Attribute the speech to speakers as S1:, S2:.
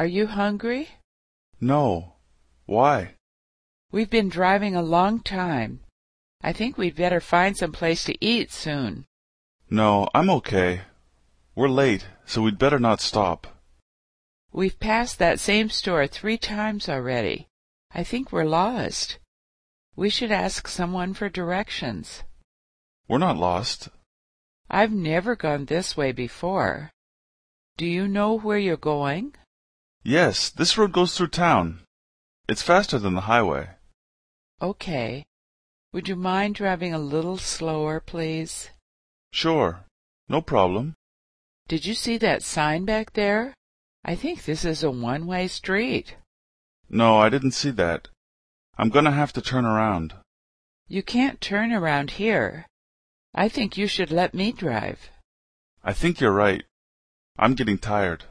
S1: Are you hungry?
S2: No. Why?
S1: We've been driving a long time. I think we'd better find some place to eat soon.
S2: No, I'm okay. We're late, so we'd better not stop.
S1: We've passed that same store three times already. I think we're lost. We should ask someone for directions.
S2: We're not lost.
S1: I've never gone this way before. Do you know where you're going?
S2: Yes, this road goes through town. It's faster than the highway.
S1: Okay. Would you mind driving a little slower, please?
S2: Sure. No problem.
S1: Did you see that sign back there? I think this is a one-way street.
S2: No, I didn't see that. I'm gonna have to turn around.
S1: You can't turn around here. I think you should let me drive.
S2: I think you're right. I'm getting tired.